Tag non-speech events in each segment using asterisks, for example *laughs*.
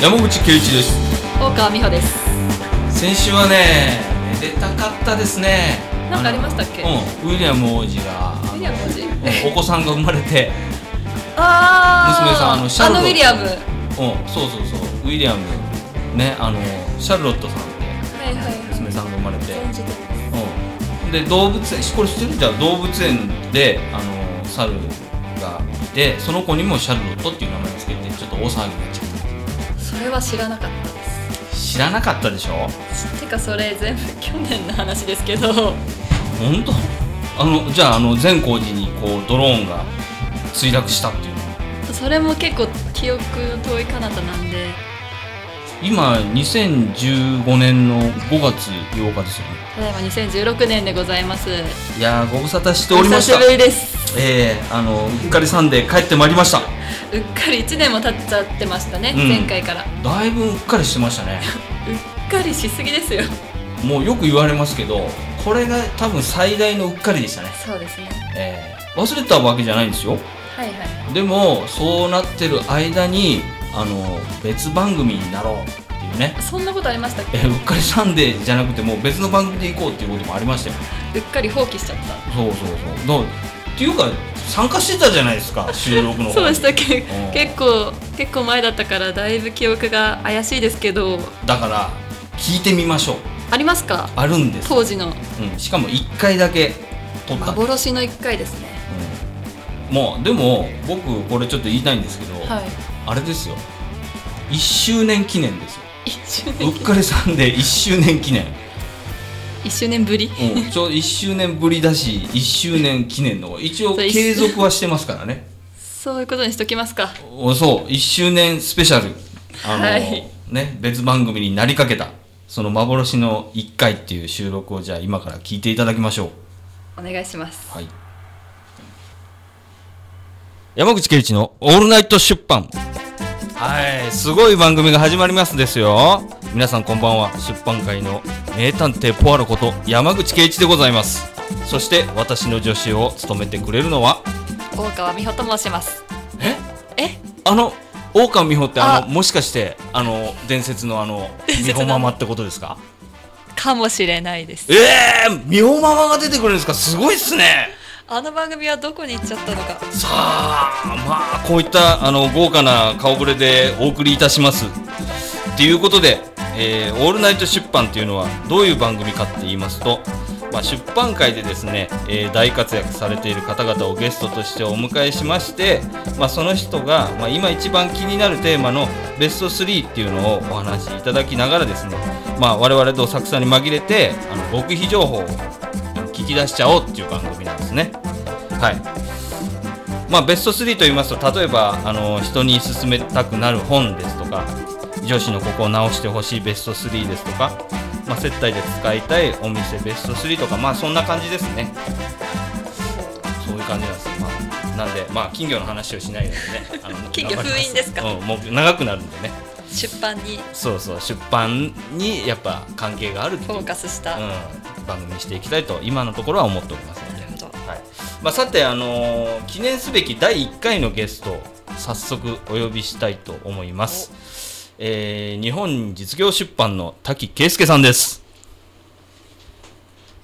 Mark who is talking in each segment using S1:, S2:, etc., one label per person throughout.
S1: 山口圭一です
S2: 大川美穂です
S1: 先週はねめでたかったですね
S2: なんかありましたっけ
S1: うんウィリアム王子が
S2: ウィリアム王子
S1: うんお子さんが生まれて
S2: あー
S1: 娘さんあのシャルロット
S2: あのウィリアムは
S1: うんそうそうそうウィリアムねあのシャルロットさんって
S2: いはいはい
S1: 娘さんが生まれて
S2: 存じてます
S1: うんで動物園これ知ってるじゃあ動物園であの猿がいてその子にもシャルロットっていう名前をつけてちょっと大騒ぎになっちゃっ
S2: それは知らなかったで
S1: た知らなかったでしょ
S2: すてかそれ全部去年の話ですけど *laughs*
S1: 本当あのじゃああの善光寺にこうドローンが墜落したっていうのは
S2: それも結構記憶遠い彼方なんで
S1: 今2015年の5月8日ですよね
S2: ただいま2016年でございます
S1: いやーご無沙汰しておりました
S2: お久しぶりです
S1: ええあのうっかりサンデー帰ってまいりました
S2: うっかり1年も経っちゃってましたね、
S1: うん
S2: 前回からう
S1: だいぶうっかりしてましたね
S2: っかりしすぎですよ
S1: もうよく言われますけどこれが多分最大のうっかりでしたね
S2: そうですね
S1: ええ忘れたわけじゃないんですよ
S2: はいはい
S1: でもそうなってる間にあの別番組になろうっていうね
S2: そんなことありましたっ
S1: えうっかりサンデーじゃなくてもう別の番組で行こうっていうこともありましたよ
S2: けうっかり放棄しちゃった
S1: そうそうそうどうっていうか参加してたじゃないですか収録の方
S2: *laughs* そうでしたっけ
S1: うん
S2: 結構結構前だったからだいぶ記憶が怪しいですけど
S1: だから聞いてみましょう
S2: ありますか
S1: あるんです、
S2: 当時の
S1: うん、しかも1回だけ撮った、うん
S2: 幻の1回ですね
S1: もうでも僕これちょっと言いたいんですけど、
S2: はい
S1: あれですよ1周年記念
S2: *laughs*
S1: ですよ
S2: 1周
S1: う
S2: 年
S1: っかりさんで1周年記念、
S2: 一周年ぶり
S1: うん、ちょうど1周年ぶりだし1周年記念の一応
S2: そう一
S1: 継続はしてますからね
S2: そういうことにしときますか
S1: おそう1周年スペシャルあの、
S2: はい
S1: ね別番組になりかけたその幻の1回っていう収録をじゃあ今から聞いていただきましょう
S2: お願いします
S1: はい山口圭一の「オールナイト出版」はいすごい番組が始まりますですよ皆さんこんばんは出版界の名探偵ポアロこと山口圭一でございますそして私の助手を務めてくれるのは
S2: 大川美穂と申します
S1: え
S2: え
S1: あの大川美穂ってあの
S2: あ
S1: もしかしてあの伝説のあの
S2: 伝
S1: 美
S2: 説の
S1: 穂ママってことですか
S2: かもしれないです
S1: ええー、美穂ママが出てくるんですかすごいっすね
S2: あの番組はどこに行っちゃったのか
S1: さあまあこういったあの豪華な顔ぶれでお送りいたしますっていうことで、えーオールナイト出版」というのはどういう番組かって言いますと、まあ、出版界でですね、えー大活躍されている方々をゲストとしてお迎えしまして、まあ、その人が、まあ、今一番気になるテーマのベスト3っていうのをお話しいただきながらですね、まあ、我々どさくさに紛れてあの極秘情報を聞き出しちゃおうっていう番組なんですね。はいまあ、ベスト3と言いますと例えばあの人に勧めたくなる本ですとか女子のここを直してほしいベスト3ですとか、まあ、接待で使いたいお店ベスト3とかまあそんな感じですねそういう感じなんですよ、まあ、なんでまあ金魚の話をしないので
S2: *laughs*
S1: ねあの
S2: 金魚
S1: 頑張りま
S2: 封印ですか
S1: うん、もう長くなるんでね
S2: 出版に
S1: そうそう出版にやっぱ関係があるって
S2: フ
S1: いう、うん
S2: ォー、カスした、なる
S1: 番組にしていきたいと今のところは思っておりますので
S2: ほど
S1: はいまあ、さて、あのー記念すべき第1回のゲストを早速お呼びしたいと思います、えー日本実業出版の滝圭介さんです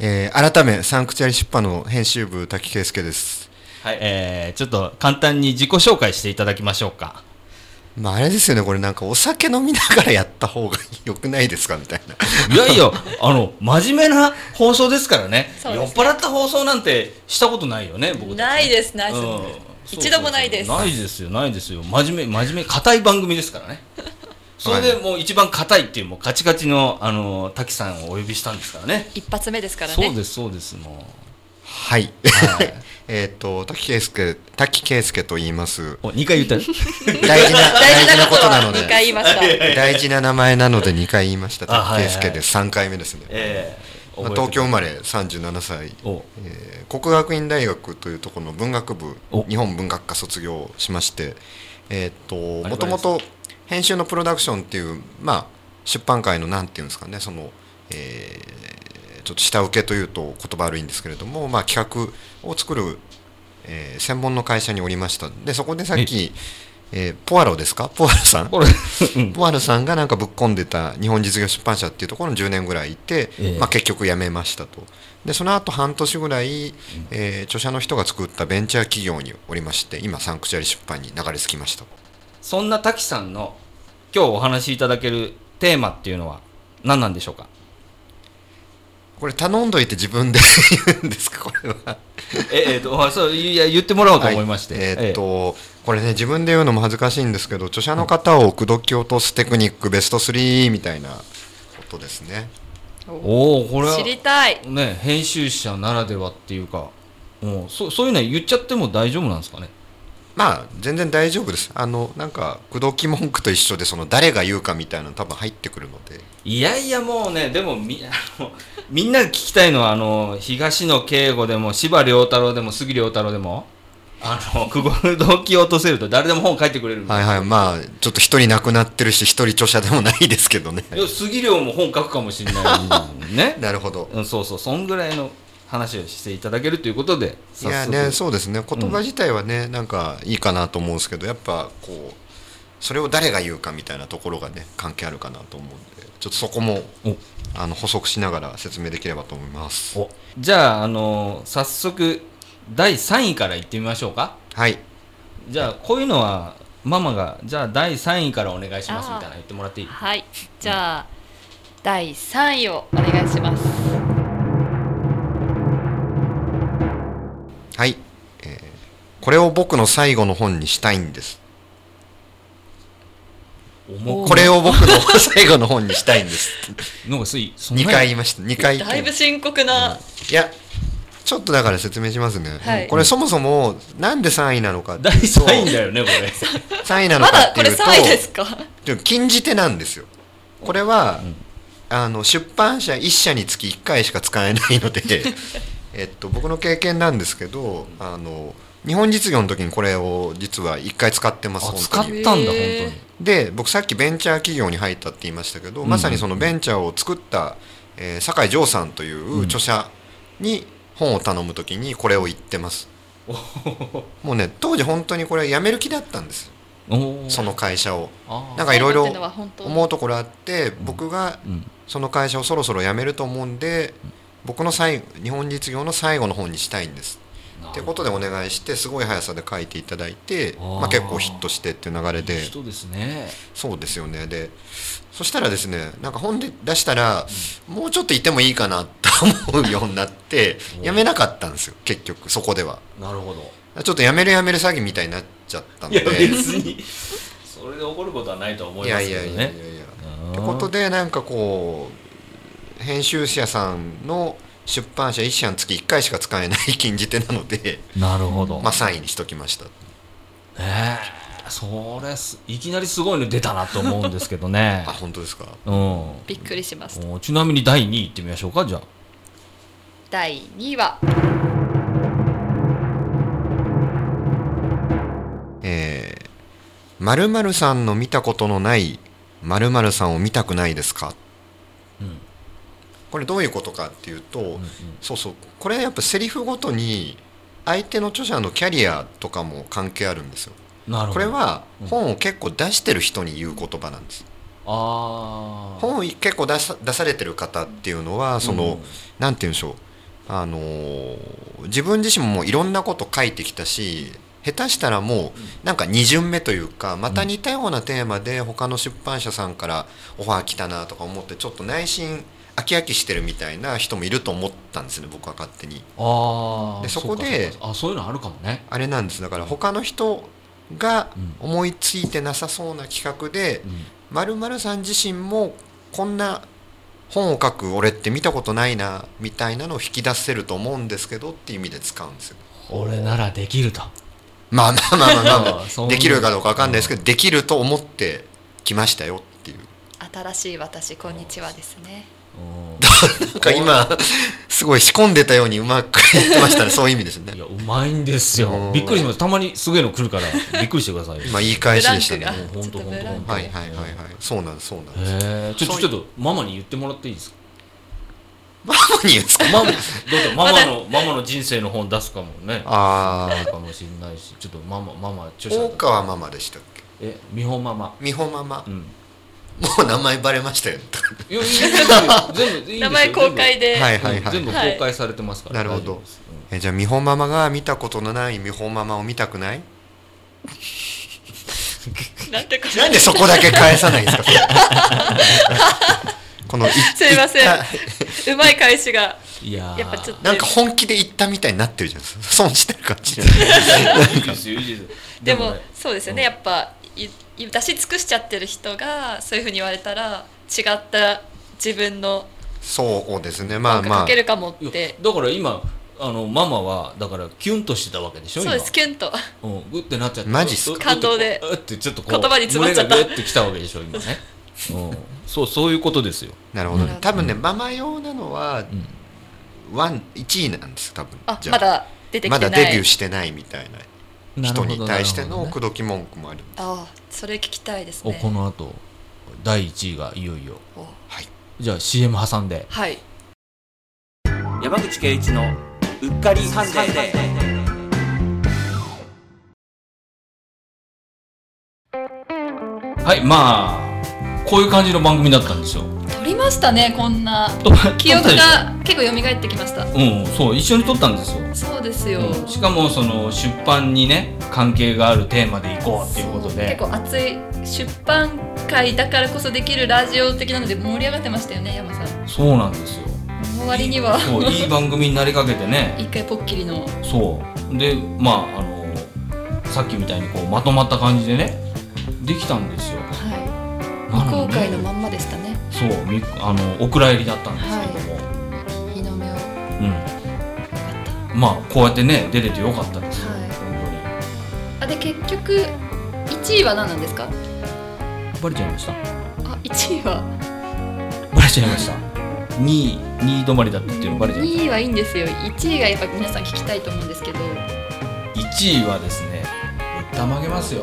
S3: えー改めサンクチュアリ出版の編集部滝圭介です、
S1: はい、えーちょっと簡単に自己紹介していただきましょうか
S3: まあ、あれですよねこれなんかお酒飲みながらやった方が良くないですかみたいない
S1: やい
S2: *laughs*
S1: やあの真面目な放送ですからね
S2: そう
S1: 酔
S2: で
S1: っ
S2: す
S1: 払った放送なんてしたことないよね僕たち
S2: ないですないです、
S1: うん
S2: 一度もないです
S1: そうそうそうないですよないですよ真面目真面目硬い番組です
S2: *laughs*
S1: からねそれでもう一番硬いっていうもうカチカチのあの滝さんをお呼びしたんですからね
S2: 一発目ですからね
S1: そうですそうですも
S3: はい、
S1: はい
S3: *laughs* えっと滝圭介滝圭介と言います
S1: うお2回言った
S2: *laughs*
S3: 大事な *laughs* 大事なことなの
S2: 2回
S3: で
S2: 言いました
S3: 大事な名前なので2回言いました
S1: あは
S3: 滝
S1: いはい
S3: 圭介です3回目ですね、
S1: ええ
S3: まあ、東京生まれ37歳、
S1: お
S3: えー国学院大学というところの文学部
S1: お
S3: 日本文学科卒業しましてえーっ
S1: バ
S3: と
S1: リ
S3: も
S1: バ
S3: と
S1: リ
S3: もと編集のプロダクションっていうまあ出版界のなんていうんですかねその、えーちょっと下請けというと言葉悪いんですけれどもまあ企画を作る、えー専門の会社におりましたでそこでさっきえーポアロですかポアロさん
S1: これ、うん
S3: ポアロさんがなんかぶっ込んでた日本実業出版社っていうところに10年ぐらいいて、
S1: ええ
S3: まあ、結局辞めましたとでその後半年ぐらい、えー著者の人が作ったベンチャー企業におりまして今サンクチュアリ出版に流れ着きました
S1: そんな滝さんの今日お話しいただけるテーマっていうのは何なんでしょう
S3: *laughs*
S1: か
S3: これ頼んどいて自分で言うんですかこ *laughs* れは
S1: ええーとあそういや言ってもらおうと思いまして、
S3: はいえーっと、これね自分で言うのも恥ずかしいんですけど著者の方を口説き落とすテクニックベスト3みたいなことですね
S1: えーおおこれは
S2: 知りたい
S1: ね編集者ならではっていうかもうそそういうのは言っちゃっても大丈夫なんですかね
S3: まあ全然大丈夫ですあのなんか口説き文句と一緒でその誰が言うかみたいなの多分入ってくるので
S1: いやいやもうねでもみ *laughs* あのみんなが聞きたいのはあの東野圭吾でも司馬遼太郎でも杉遼太郎でもあの久保動機を落とせると誰でも本書いてくれるんですよ
S3: はいはいまあちょっと一人亡くなってるし一人著者でもないですけど *laughs* ね
S1: いや杉遼も本書くかもしれない *laughs* ね
S3: なるほど
S1: うん、そうそう、そんぐらいの話をしていただけるということで、
S3: いやねそうですね言葉自体はね、なんかいいかなと思うんですけどやっぱこうそれを誰が言うかみたいなところがね関係あるかなと思うんでちょっとそこもあの補足しながら説明できればと思います
S1: おおじゃあ、あのー早速、第3位からいってみましょうか。
S3: はい
S1: じゃあ、こういうのは、ママが、じゃあ、第3位からお願いしますみたいなの言ってもらっていい
S2: はいじゃあ第3位をお願いします
S3: はい、えーこれを僕の最後の本にしたいんです
S1: 重く
S3: これを僕の最後の本にしたいんです *laughs*
S1: なんかすい、そんな
S3: 2回言いました2回
S2: だいぶ深刻な、
S3: いやちょっとだから説明しますね、
S2: はい
S3: これそもそもなんで3位なのかってい
S1: 第
S3: うと
S1: 3位だよね、これ。
S3: 3位なの
S2: ま
S3: か
S2: だ
S3: っ
S2: こ
S3: てい
S2: れ
S3: うと
S2: 3位ですか
S3: ちょっと禁じ手なんですよこれは、あの出版社1社につき1回しか使えない
S2: *laughs*
S3: のでえっと僕の経験なんですけどあの日本実業の時にこれを実は1回使ってます
S1: あ、
S3: 本
S1: 使
S3: 当
S1: った
S3: に
S1: んだ、本当
S2: へー
S1: に。
S3: で僕さっきベンチャー企業に入ったって言いましたけど、まさにそのベンチャーを作った、えー酒井城さんという著者に本を頼む時にこれを言ってます、もうね当時本当にこれ辞める気だったんです
S1: お
S3: よ
S1: ー
S3: その会社を
S1: あー
S3: なんかいろい
S2: そういうのは
S3: ろ
S2: 本当
S3: 思うところあって僕が
S1: うん
S3: その会社をそろそろ辞めると思うんで僕の最後日本実業の最後の本にしたいんですってことでお願いしてすごい速さで書いていただいて
S1: あー
S3: まあ、結構ヒットしてっていう流れで
S1: 人ですね。
S3: そうですよねでそしたらですねなんか本で出したら、もうちょっといてもいいかなと思うようになって辞めなかったんですよ結局そこでは
S1: なるほど。
S3: ちょっと辞める辞める詐欺みたいになっちゃったの
S1: い
S3: で
S1: や、別に、それで怒ることはないとは思いますけどね。
S3: いやいやいやいやってことでなんかこう編集者さんの出版社1社につき1回しか使えない禁じ手なので、
S1: なるほど。
S3: まあ、3位にしときました
S1: ねえそれすいきなりすごいの出たなと思うんですけどね
S3: あ本当ですか
S1: うん
S2: びっくりしました
S1: おちなみに第2位いってみましょうかじゃあ
S2: 第2位は
S3: えー〇〇さんの見たことのない〇〇さんを見たくないですか、
S1: うん
S3: これどういうことかっていうと、そうそうこれやっぱセリフごとに相手の著者のキャリアとかも関係あるんですよ
S1: なるほど
S3: これは
S1: うん
S3: 本を結構出してる人に言う言葉なんです、
S1: あ
S3: 本を結構出さ出されてる方っていうのはその、
S1: うん
S3: なんて言うんでしょうあのー自分自身ももういろんなこと書いてきたし下手したらもうなんか2巡目というかまた似たようなテーマで他の出版社さんからオファー来たなとか思ってちょっと内心飽き飽きしてるみたいな人もいると思ったんですね僕は勝手に。
S1: あー
S3: でそこで
S1: うかそうかあそういうのあるかもね
S3: あれなんですだから他の人が思いついてなさそうな企画で
S1: うん
S3: まるまるさん自身もこんな本を書く俺って見たことないなみたいなのを引き出せると思うんですけどっていう意味で使うんですよ。
S1: 俺ならできると
S3: まあまあまあまあまあま
S1: ああ *laughs* そ
S3: あ
S1: う
S3: *laughs* できるかどうかわかんないですけどできると思ってきましたよっていう。
S2: 新しい私こんにちはですね
S3: なんか今すごい仕込んでたようにうまくやってましたねそういう意味です
S1: い
S3: ね。
S1: やうまいんです
S3: う
S1: よ
S3: ん
S1: びっくりしましたたまにすげえの来るからびっくりしてくださいよ
S3: *laughs* 今いい返しでしたね。
S2: ブラ
S3: は
S2: ン
S1: もうほんとほんと
S2: ちょっとブランク
S1: ほんと
S3: いはいはいはい。そうなんですそうなんです。
S1: へえちょちょちょっとママに言ってもらっていいですか
S3: ママに言うんですか。
S1: ママどうぞママのママの人生の本出すかもね
S3: *laughs* ああ
S1: あるかもしれないし、ちょっとママ、ママ、著者
S3: 大川ママでしたっけ
S4: え美穂ママ
S3: 美穂ママ、
S4: うん
S3: もう名前バレましたよ
S4: いやい
S3: *laughs*
S4: や全部全部いいんですよ
S2: 名前公開で、
S3: はい
S4: 全部全部公
S2: はい
S4: 開されてますから、
S3: なるほど
S4: 大丈夫ですうん
S3: えじゃあ美穂ママが見たことのない美穂ママを見たくない
S2: なんてこと
S3: なんでそこだけ返さないんですか *laughs* このい
S2: すいませ
S3: いっ
S2: んうまい返しが
S4: いやー
S2: やっぱちょっと
S3: なんか本気で言ったみたいになってるじゃん損してる感じ *laughs*
S1: いいですよいいですよ
S4: で
S2: でも
S4: もね
S2: そうですよね、やっぱいい出し尽くしちゃってる人がそういうふうに言われたら違った自分の
S3: そうですねま
S2: な
S3: あ
S2: んか
S3: ま
S2: か
S3: あ
S2: けるかもっ
S4: いや
S2: て、
S4: だから今あのママはだからキュンとしてたわけでしょ
S2: そうですキュンと
S4: 今うんグッてなっちゃって
S3: マジっす
S4: う
S3: か
S4: う
S2: 感動で
S4: うってちょっとこう
S2: 言葉に詰まっちゃった
S4: 胸がグッてきたわけでしょ今
S2: *laughs*
S4: ね、
S1: そうそういうことですよ
S3: なるほど、
S2: なるほど
S3: 多分ねママ用なのは
S4: うん、
S3: ワン1位なんです多分
S2: あ
S3: じゃ
S2: ま
S3: あ
S2: だ出てきてな
S3: ま
S2: い
S3: だデビューしてないみたいな人に対して
S4: なる
S3: の
S4: ほど
S3: 口
S4: ね
S3: 説き文句もある、
S2: ああそれ聞きたいです
S4: お
S2: ね
S4: この後第1位がいよいよ
S2: お
S3: はい
S4: じゃあ CM 挟んで
S2: はい
S5: 山口圭一のうっかりサンデー
S1: はいまあこういう感じの番組だったんですよ
S2: 撮りましたねこんな
S1: と
S2: 記憶
S1: 撮った
S2: が結構蘇ってきました
S1: でしょうんそう一緒に撮ったんですよ
S2: そうですよ、
S1: うんしかもその出版にね関係があるテーマでいこうっていうこと
S2: 結
S1: で
S2: 構熱い出版会だからこそできるラジオ的なので盛り上がってましたよね山さん
S1: そうなんですよ
S2: 終わりには *laughs*
S1: そういい番組になりかけてね
S2: 一回ポッキリの
S1: そうでまああのさっきみたいにこうまとまった感じでねできたんですよ
S2: は、
S1: ないの
S2: 後
S1: で
S2: 悔のまんまでしたね。
S1: そうみあのお蔵入りだったんですけども、
S2: 日の目を。よかった。
S1: うんまあこうやってね出れてよかったですよ、
S2: はい
S1: 本
S2: あ、で、結局、一位は何なんですか。
S1: 当にバレちゃいました
S2: あ、一位は。
S1: バレちゃいました2位2位止まりだったっていうのバレちゃいまし
S2: 二位はいいんですよ。一位がやっぱ皆さん聞きたいと思うんですけど。
S1: た1位はですねぶったまげますよ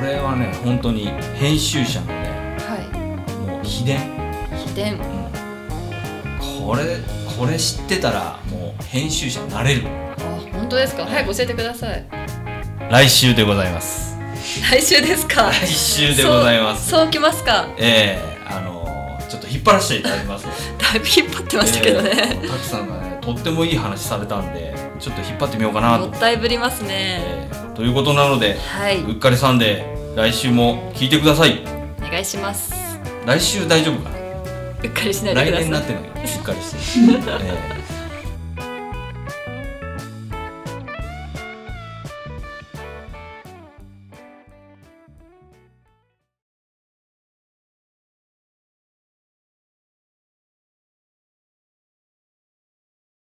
S1: これはね本当に編集者のね
S2: は
S1: もう秘伝、
S2: い。秘伝。
S1: うん、これこれ知ってたらもう編集者になれる
S2: あ、本当ですか。早く教えてください。
S1: 来週でございます
S2: 来週ですか。
S1: 来週でございます
S2: そうそうきますか。
S1: ええあのーちょっと引っ張らせていただきます
S2: だいぶ引っ張ってましたけどね。
S1: えー、滝さんがねとってもいい話されたんでちょっと引っ張ってみようかな
S2: も
S1: と
S2: っ、たいぶりますね。
S1: えーということなので
S2: はい。
S1: うっかりさんで来週も聞いてください
S2: お願いします。
S1: 来週大丈夫かな
S2: うっかりしないで
S1: 来年
S2: ください *laughs*
S1: にな。ってないしっかりして、え